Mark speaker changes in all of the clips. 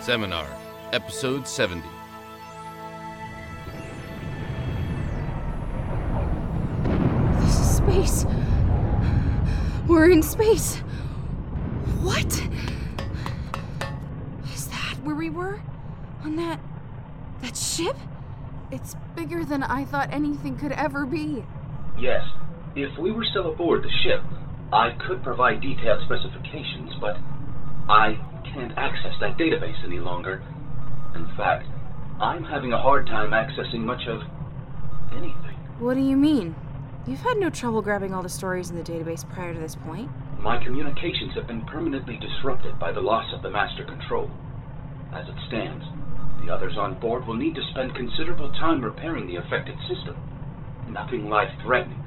Speaker 1: Seminar, Episode 70.
Speaker 2: This is space. We're in space. What? Is that where we were? On that. that ship? It's bigger than I thought anything could ever be.
Speaker 3: Yes. If we were still aboard the ship, I could provide detailed specifications, but I can't access that database any longer. In fact, I'm having a hard time accessing much of anything.
Speaker 2: What do you mean? You've had no trouble grabbing all the stories in the database prior to this point.
Speaker 3: My communications have been permanently disrupted by the loss of the master control. As it stands, the others on board will need to spend considerable time repairing the affected system. Nothing life threatening,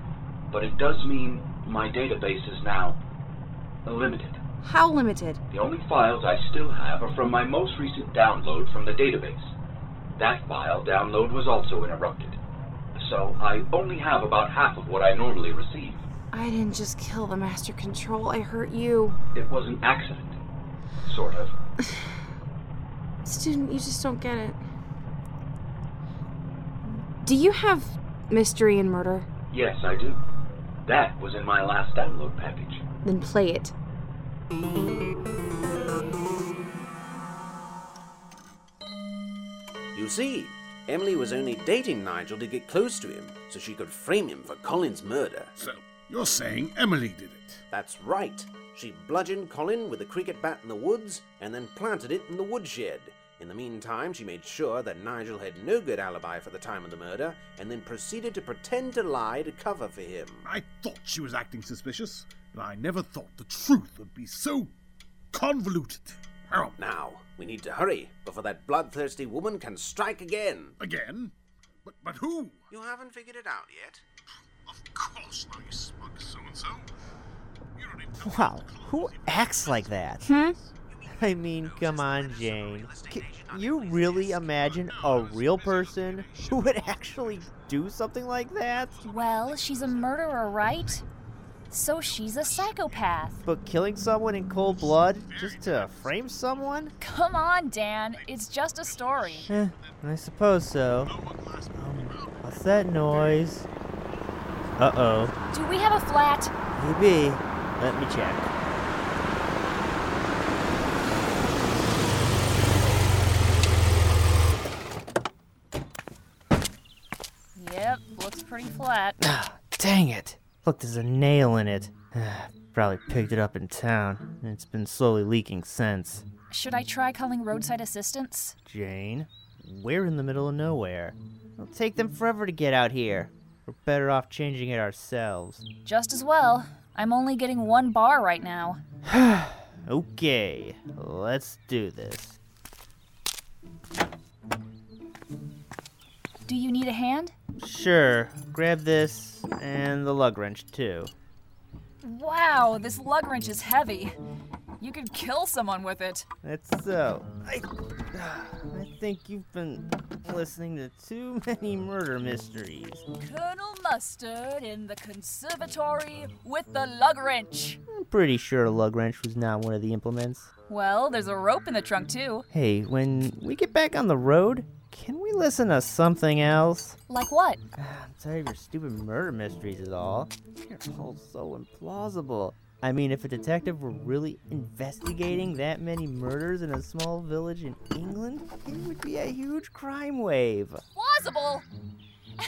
Speaker 3: but it does mean my database is now limited.
Speaker 2: How limited?
Speaker 3: The only files I still have are from my most recent download from the database. That file download was also interrupted. So I only have about half of what I normally receive.
Speaker 2: I didn't just kill the master control, I hurt you.
Speaker 3: It was an accident. Sort of.
Speaker 2: Student, you just don't get it. Do you have mystery and murder?
Speaker 3: Yes, I do. That was in my last download package.
Speaker 2: Then play it.
Speaker 4: You see, Emily was only dating Nigel to get close to him so she could frame him for Colin's murder.
Speaker 5: So, you're saying Emily did it?
Speaker 4: That's right. She bludgeoned Colin with a cricket bat in the woods and then planted it in the woodshed. In the meantime, she made sure that Nigel had no good alibi for the time of the murder and then proceeded to pretend to lie to cover for him.
Speaker 5: I thought she was acting suspicious, but I never thought the truth would be so convoluted. Harold,
Speaker 4: Now, we need to hurry before that bloodthirsty woman can strike again.
Speaker 5: again? But but who?
Speaker 4: You haven't figured it out yet?
Speaker 5: Of course, now you smug so and so. You already told us
Speaker 6: Wow,
Speaker 5: to close
Speaker 6: who
Speaker 5: even
Speaker 6: acts like that? I mean, come on, Jane. C- you really imagine a real person who would actually do something like that?
Speaker 7: Well, she's a murderer, right? So she's a psychopath.
Speaker 6: But killing someone in cold blood just to frame someone?
Speaker 7: Come on, Dan. It's just a story.
Speaker 6: Eh, I suppose so. Um, What's that noise? Uh oh.
Speaker 7: Do we have a flat?
Speaker 6: Maybe. Let me check.
Speaker 7: Yep, looks pretty flat.
Speaker 6: Ah, dang it! Look, there's a nail in it. Probably picked it up in town, and it's been slowly leaking since.
Speaker 7: Should I try calling roadside assistance?
Speaker 6: Jane, we're in the middle of nowhere. It'll take them forever to get out here. We're better off changing it ourselves.
Speaker 7: Just as well. I'm only getting one bar right now.
Speaker 6: Okay, let's do this.
Speaker 7: Do you need a hand?
Speaker 6: Sure, grab this and the lug wrench too.
Speaker 7: Wow, this lug wrench is heavy. You could kill someone with it.
Speaker 6: That's so. I, I think you've been listening to too many murder mysteries.
Speaker 7: Colonel Mustard in the conservatory with the lug wrench.
Speaker 6: I'm pretty sure a lug wrench was not one of the implements.
Speaker 7: Well, there's a rope in the trunk, too.
Speaker 6: Hey, when we get back on the road, can we listen to something else?
Speaker 7: Like what?
Speaker 6: I'm tired of your stupid murder mysteries at all. They're all so implausible. I mean, if a detective were really investigating that many murders in a small village in England, it would be a huge crime wave.
Speaker 7: plausible?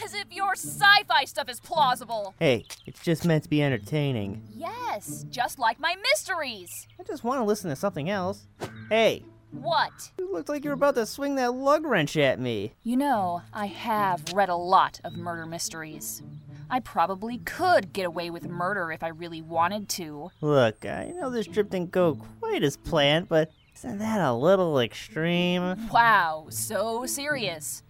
Speaker 7: As if your sci fi stuff is plausible.
Speaker 6: Hey, it's just meant to be entertaining.
Speaker 7: Yes, just like my mysteries.
Speaker 6: I just want to listen to something else. Hey,
Speaker 7: What?
Speaker 6: you looked like you were about to swing that lug wrench at me.
Speaker 7: You know, I have read a lot of murder mysteries. I probably could get away with murder if I really wanted to.
Speaker 6: Look, I know this trip didn't go quite as planned, but isn't that a little extreme?
Speaker 7: Wow, so serious.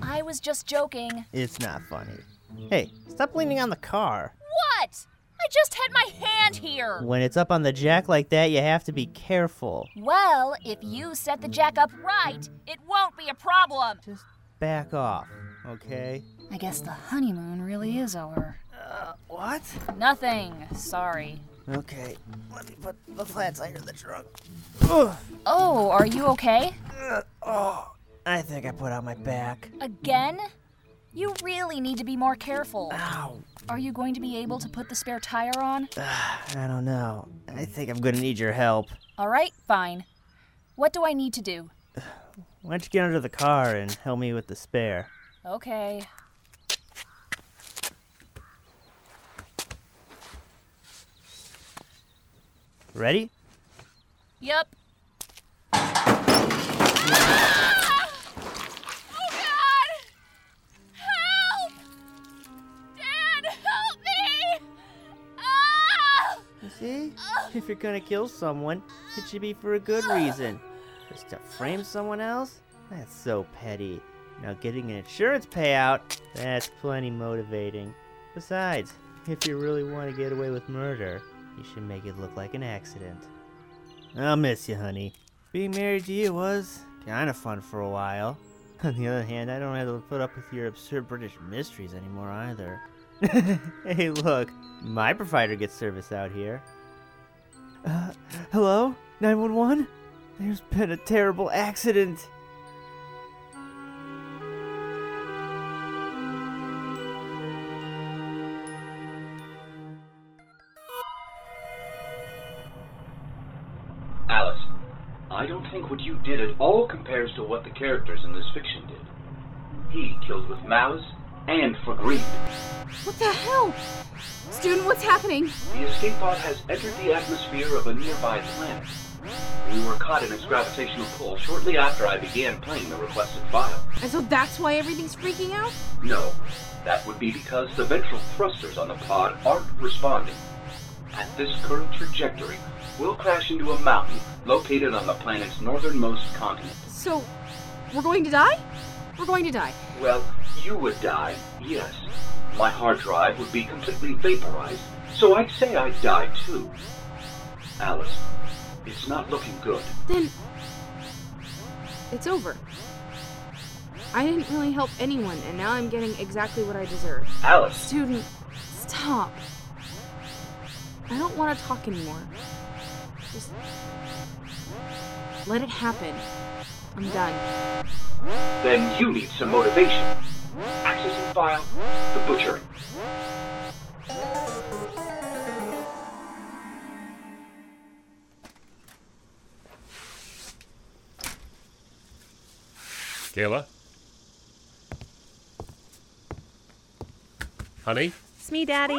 Speaker 7: I was just joking.
Speaker 6: It's not funny. Hey, stop leaning on the car.
Speaker 7: What? I just had my hand here.
Speaker 6: When it's up on the jack like that, you have to be careful.
Speaker 7: Well, if you set the jack up right, it won't be a problem.
Speaker 6: Just back off, okay?
Speaker 7: I guess the honeymoon really is over.
Speaker 6: What?
Speaker 7: Nothing. Sorry.
Speaker 6: Okay, let me put the flashlight in the trunk.
Speaker 7: Oh, are you okay?
Speaker 6: Uh, oh. I think I put out my back.
Speaker 7: Again? You really need to be more careful.
Speaker 6: Ow.
Speaker 7: Are you going to be able to put the spare tire on?
Speaker 6: I don't know. I think I'm gonna need your help.
Speaker 7: All right, fine. What do I need to do?
Speaker 6: Why don't you get under the car and help me with the spare?
Speaker 7: Okay.
Speaker 6: Ready?
Speaker 7: Yep. Oh God! Help! Dad, help me! Ah!
Speaker 6: See? If you're gonna kill someone, it should be for a good reason. Just to frame someone else? That's so petty. Now, getting an insurance payout? That's plenty motivating. Besides, if you really want to get away with murder, you should make it look like an accident. I'll miss you, honey. Being married to you was kinda fun for a while. On the other hand, I don't have to put up with your absurd British mysteries anymore either. hey, look, my provider gets service out here. Uh, hello? 911? There's been a terrible accident.
Speaker 3: Alice, I don't think what you did at all compares to what the characters in this fiction did. He killed with malice and for greed.
Speaker 2: What the hell? Student, what's happening?
Speaker 3: The escape pod has entered the atmosphere of a nearby planet. We were caught in its gravitational pull shortly after I began playing the requested file.
Speaker 2: And so that's why everything's freaking out?
Speaker 3: No, that would be because the ventral thrusters on the pod aren't responding. At this current trajectory, we'll crash into a mountain located on the planet's northernmost continent.
Speaker 2: So, we're going to die? We're going to die.
Speaker 3: Well, you would die, yes. My hard drive would be completely vaporized, so I'd say I'd die too. Alice, it's not looking good.
Speaker 2: Then. It's over. I didn't really help anyone, and now I'm getting exactly what I deserve.
Speaker 3: Alice,
Speaker 2: Student, stop. I don't want to talk anymore. Just. Let it happen. I'm done.
Speaker 3: then you need some motivation. Accessing file, the butchering.
Speaker 8: Kayla? Honey?
Speaker 9: It's me, Daddy.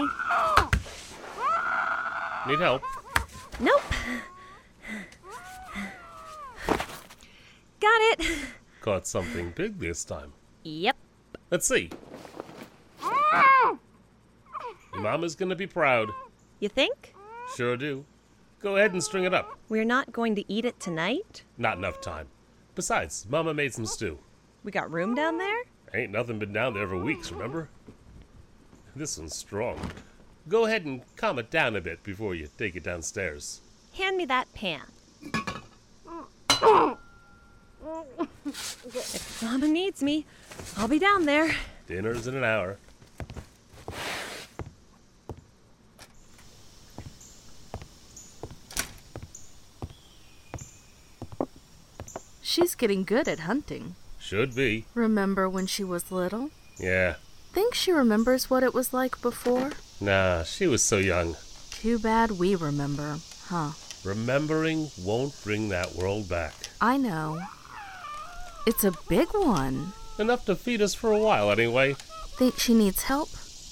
Speaker 8: Need help?
Speaker 9: Nope. Got it.
Speaker 8: Caught something big this time.
Speaker 9: Yep.
Speaker 8: Let's see. Your mama's gonna be proud.
Speaker 9: You think?
Speaker 8: Sure do. Go ahead and string it up.
Speaker 9: We're not going to eat it tonight?
Speaker 8: Not enough time. Besides, Mama made some stew.
Speaker 9: We got room down there?
Speaker 8: Ain't nothing been down there for weeks, remember? This one's strong. Go ahead and calm it down a bit before you take it downstairs.
Speaker 9: Hand me that pan. if Mama needs me, I'll be down there.
Speaker 8: Dinner's in an hour.
Speaker 10: She's getting good at hunting.
Speaker 8: Should be.
Speaker 10: Remember when she was little?
Speaker 8: Yeah.
Speaker 10: Think she remembers what it was like before?
Speaker 8: Nah, she was so young.
Speaker 10: Too bad we remember, huh?
Speaker 8: Remembering won't bring that world back.
Speaker 10: I know. It's a big one.
Speaker 8: Enough to feed us for a while, anyway.
Speaker 10: Think she needs help?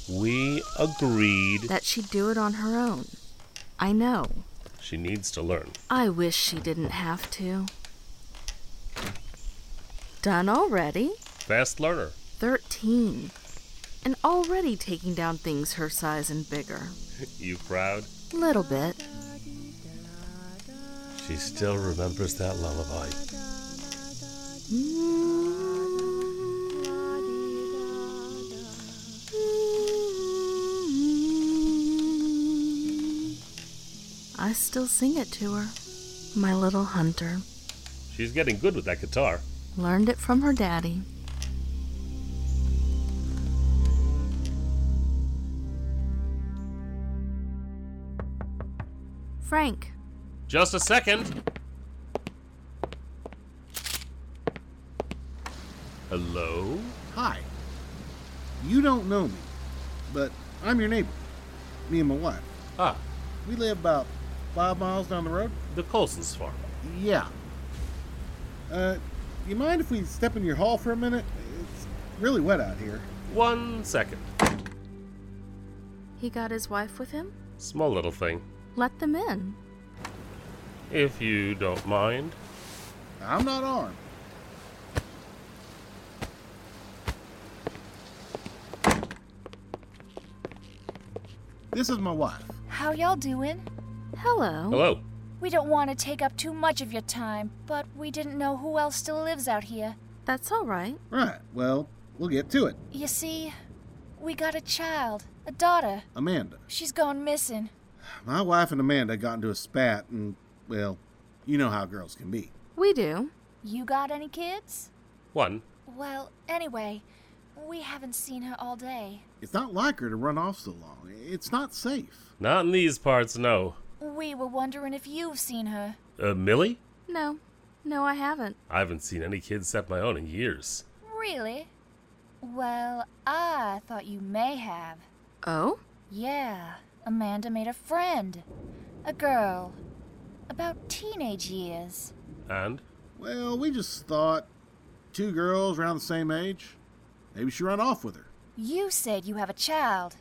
Speaker 8: We agreed
Speaker 10: That she'd do it on her own. I know.
Speaker 8: she needs to learn.
Speaker 10: I wish she didn't have to. Done already?
Speaker 8: Fast learner.
Speaker 10: 13. And already taking down things her size and bigger.
Speaker 8: You proud?
Speaker 10: Little bit.
Speaker 8: She still remembers that lullaby.
Speaker 10: I still sing it to her. My little hunter.
Speaker 8: She's getting good with that guitar.
Speaker 10: Learned it from her daddy.
Speaker 2: Frank.
Speaker 8: Just a second. Hello?
Speaker 5: Hi. You don't know me, but I'm your neighbor. Me and my wife.
Speaker 8: Ah.
Speaker 5: We live about five miles down the road.
Speaker 8: The Colson's farm.
Speaker 5: Yeah. Uh, you mind if we step in your hall for a minute? It's really wet out here.
Speaker 8: One second.
Speaker 10: He got his wife with him?
Speaker 8: Small little thing.
Speaker 10: Let them in.
Speaker 8: If you don't mind.
Speaker 5: I'm not armed. This is my wife.
Speaker 7: How y'all doing?
Speaker 10: Hello.
Speaker 8: Hello.
Speaker 7: We don't want to take up too much of your time, but we didn't know who else still lives out here.
Speaker 10: That's all right.
Speaker 5: Right, well, we'll get to it.
Speaker 7: You see, we got a child, a daughter.
Speaker 5: Amanda.
Speaker 7: She's gone missing.
Speaker 5: My wife and Amanda got into a spat, and, well, you know how girls can be.
Speaker 10: We do.
Speaker 7: You got any kids?
Speaker 8: One.
Speaker 7: Well, anyway, we haven't seen her all day.
Speaker 5: It's not like her to run off so long. It's not safe.
Speaker 8: Not in these parts, no.
Speaker 7: We were wondering if you've seen her.
Speaker 8: Uh, Millie?
Speaker 10: No. No, I haven't.
Speaker 8: I haven't seen any kids except my own in years.
Speaker 7: Really? Well, I thought you may have.
Speaker 10: Oh?
Speaker 7: Yeah, Amanda made a friend. A girl. About teenage years.
Speaker 8: And?
Speaker 5: Well, we just thought two girls around the same age. Maybe she ran off with her.
Speaker 7: You said you have a child.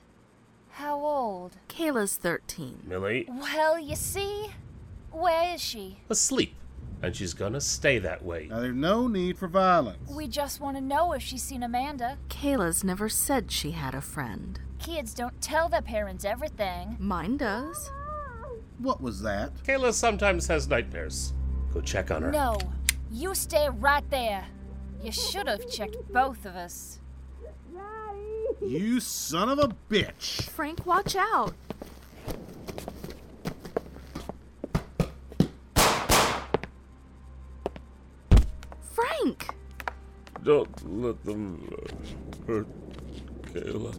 Speaker 7: How old?
Speaker 10: Kayla's 13.
Speaker 8: Millie?
Speaker 7: Well, you see? Where is she?
Speaker 8: Asleep. And she's gonna stay that way.
Speaker 5: Now, there's no need for violence.
Speaker 7: We just want to know if she's seen Amanda.
Speaker 10: Kayla's never said she had a friend.
Speaker 7: Kids don't tell their parents everything.
Speaker 10: Mine does.
Speaker 5: What was that?
Speaker 8: Kayla sometimes has nightmares. Go check on her.
Speaker 7: No, you stay right there. You should have checked both of us.
Speaker 5: You son of a bitch!
Speaker 10: Frank, watch out. Frank!
Speaker 8: Don't let them uh, hurt Kayla.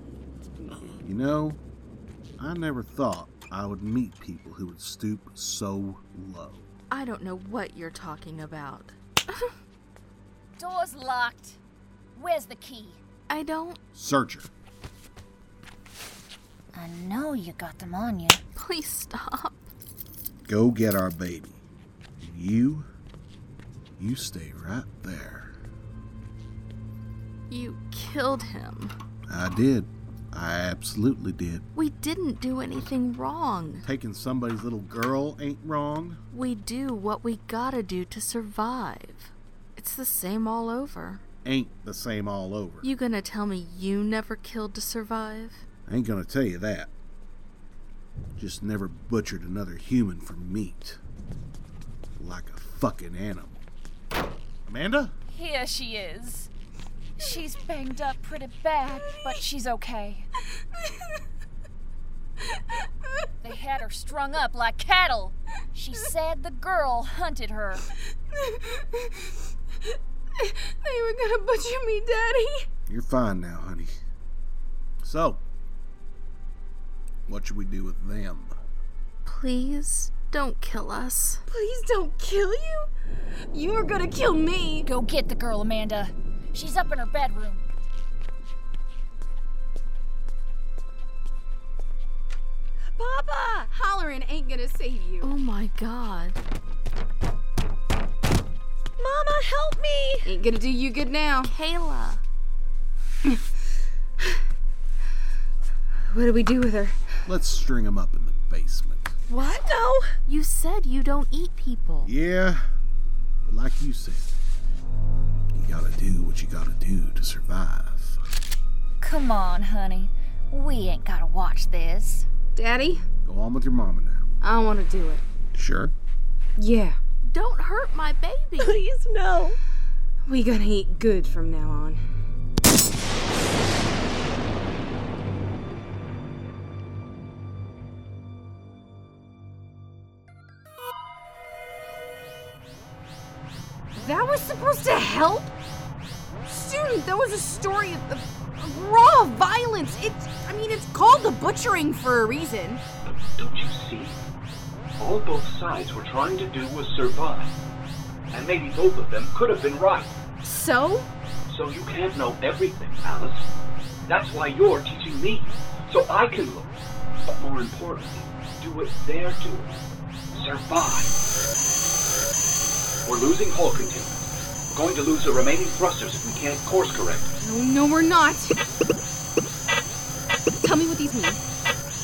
Speaker 5: You know, I never thought I would meet people who would stoop so low.
Speaker 10: I don't know what you're talking about.
Speaker 7: Door's locked. Where's the key?
Speaker 10: I don't.
Speaker 5: Searcher.
Speaker 7: I know you got them on you.
Speaker 10: Please stop.
Speaker 5: Go get our baby. And You, you stay right there.
Speaker 10: You killed him.
Speaker 5: I did. I absolutely did.
Speaker 10: We didn't do anything wrong.
Speaker 5: Taking somebody's little girl ain't wrong.
Speaker 10: We do what we gotta do to survive. It's the same all over.
Speaker 5: Ain't the same all over.
Speaker 10: You gonna tell me you never killed to survive?
Speaker 5: I ain't gonna tell you that. Just never butchered another human for meat. Like a fucking animal. Amanda?
Speaker 7: Here she is. She's banged up pretty bad, but she's okay. They had her strung up like cattle. She said the girl hunted her.
Speaker 2: They were gonna butcher me, Daddy.
Speaker 5: You're fine now, honey. So, what should we do with them?
Speaker 10: Please don't kill us.
Speaker 2: Please don't kill you. You are gonna kill me.
Speaker 7: Go get the girl, Amanda. She's up in her bedroom.
Speaker 2: Papa, hollering ain't gonna save
Speaker 10: Oh
Speaker 2: you.
Speaker 10: my god.
Speaker 9: Mama, help me!
Speaker 2: Ain't gonna do you good now.
Speaker 10: Kayla.
Speaker 2: What do we do with her?
Speaker 5: Let's string them up in the basement.
Speaker 10: What?
Speaker 9: No!
Speaker 10: You said you don't eat people.
Speaker 5: Yeah, but like you said, you gotta do what you gotta do to survive.
Speaker 7: Come on, honey. We ain't gotta watch this.
Speaker 2: Daddy,
Speaker 5: Go on with your mama now.
Speaker 2: I don't wanna do it.
Speaker 5: Sure.
Speaker 2: Yeah.
Speaker 10: Don't hurt my baby.
Speaker 9: Please, no!
Speaker 2: We gonna eat good from now on. That was supposed to help? Student, that was a story of, of raw violence. It's, I mean, it's called the butchering for a reason.
Speaker 3: Don't you see? all both sides were trying to do was survive. And maybe both of them could have been right.
Speaker 10: So?
Speaker 3: So you can't know everything, Alice. That's why you're teaching me. So I can learn. But more importantly, do what they're doing. Survive. We're losing hull containment. We're going to lose the remaining thrusters if we can't course correct.
Speaker 2: No, no, we're not. Tell me what these mean.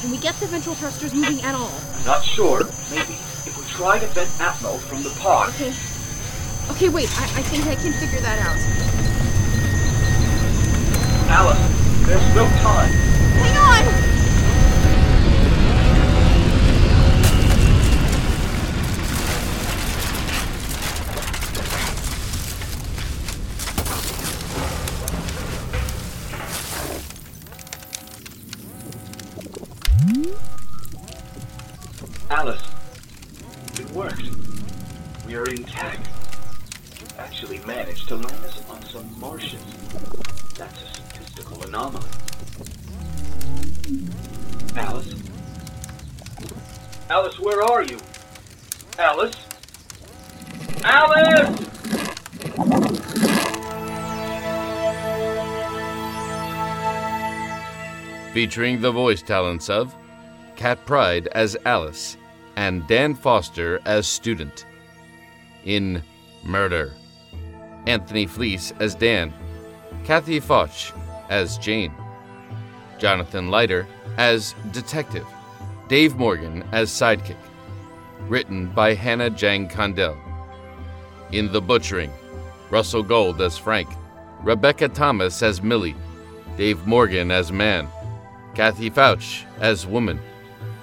Speaker 2: Can we get the ventral thrusters moving at all?
Speaker 3: Not sure. Maybe if we try to vent Atmo from the pod.
Speaker 2: Okay. Okay, wait. I, I think I can figure that out.
Speaker 3: Alice, there's no time.
Speaker 2: Hang on!
Speaker 3: Alice, it worked. We are intact. You actually managed to land us on some Martians. That's a statistical anomaly. Alice? Alice, where are you? Alice? Alice!
Speaker 1: Featuring the voice talents of Kat Pride as Alice and Dan Foster as student. In Murder, Anthony Fleece as Dan, Kathy Foch as Jane, Jonathan Leiter as Detective, Dave Morgan as Sidekick. Written by Hannah Jang Condell. In The Butchering, Russell Gold as Frank, Rebecca Thomas as Millie, Dave Morgan as Man, Kathy Fouch as Woman,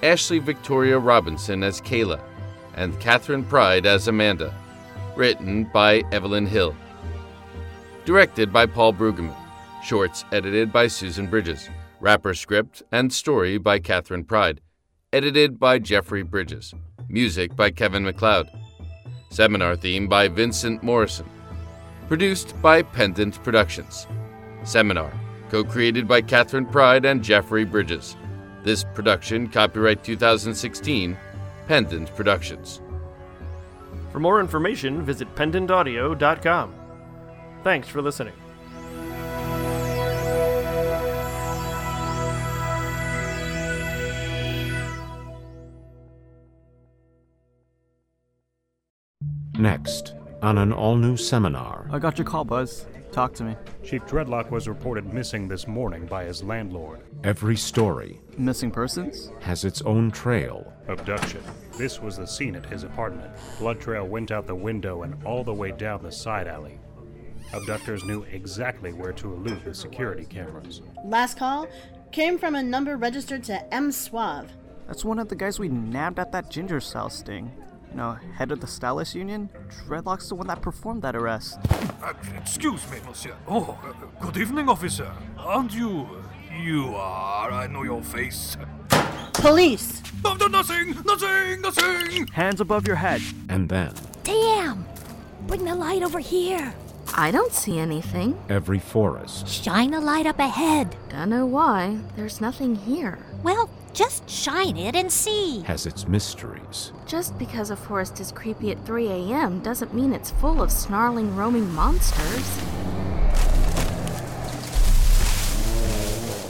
Speaker 1: Ashley Victoria Robinson as Kayla, and Catherine Pride as Amanda. Written by Evelyn Hill. Directed by Paul Brueggemann. Shorts edited by Susan Bridges. Rapper script and story by Catherine Pride. Edited by Jeffrey Bridges. Music by Kevin McLeod. Seminar theme by Vincent Morrison. Produced by Pendant Productions. Seminar, co created by Catherine Pride and Jeffrey Bridges. This production, copyright 2016, Pendant Productions.
Speaker 11: For more information, visit pendantaudio.com. Thanks for listening.
Speaker 12: Next, on an all new seminar.
Speaker 13: I got your call, Buzz. Talk to me.
Speaker 14: Chief Dreadlock was reported missing this morning by his landlord.
Speaker 12: Every story
Speaker 13: Missing persons?
Speaker 12: has its own trail.
Speaker 14: Abduction. This was the scene at his apartment. Blood trail went out the window and all the way down the side alley. Abductors knew exactly where to elude the security cameras.
Speaker 15: Last call came from a number registered to M. Suave.
Speaker 13: That's one of the guys we nabbed at that ginger cell sting. You know, head of the stylist union? Dreadlock's the one that performed that arrest.
Speaker 16: Uh, excuse me, monsieur. Oh, uh, good evening, officer. Aren't you? You are. I know your face.
Speaker 15: Police!
Speaker 16: Oh, no, nothing! Nothing! Nothing!
Speaker 13: Hands above your head.
Speaker 12: And then,
Speaker 10: Damn! Bring the light over here. I don't see anything.
Speaker 12: every forest.
Speaker 10: Shine a light up ahead. Don't know why. There's nothing here. Well, just shine it and see.
Speaker 12: Has its mysteries.
Speaker 10: Just because a forest is creepy at 3 a.m. doesn't mean it's full of snarling, roaming monsters.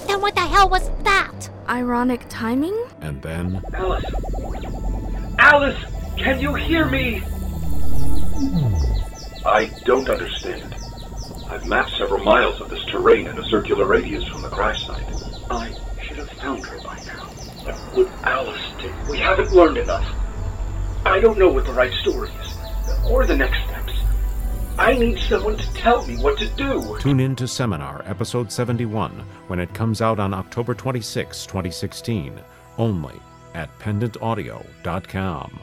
Speaker 10: Then what the hell was that? Ironic timing?
Speaker 12: And then,
Speaker 3: Alice! Alice! Can you hear me? I don't understand. I've mapped several miles of this terrain in a circular radius from the crash site. I should have found her by now. But what Alice did, we haven't learned enough. I don't know what the right story is, or the next steps. I need someone to tell me what to do.
Speaker 12: tune in to Seminar Episode 71 when it comes out on October 26, 2016, only at pendantaudio.com.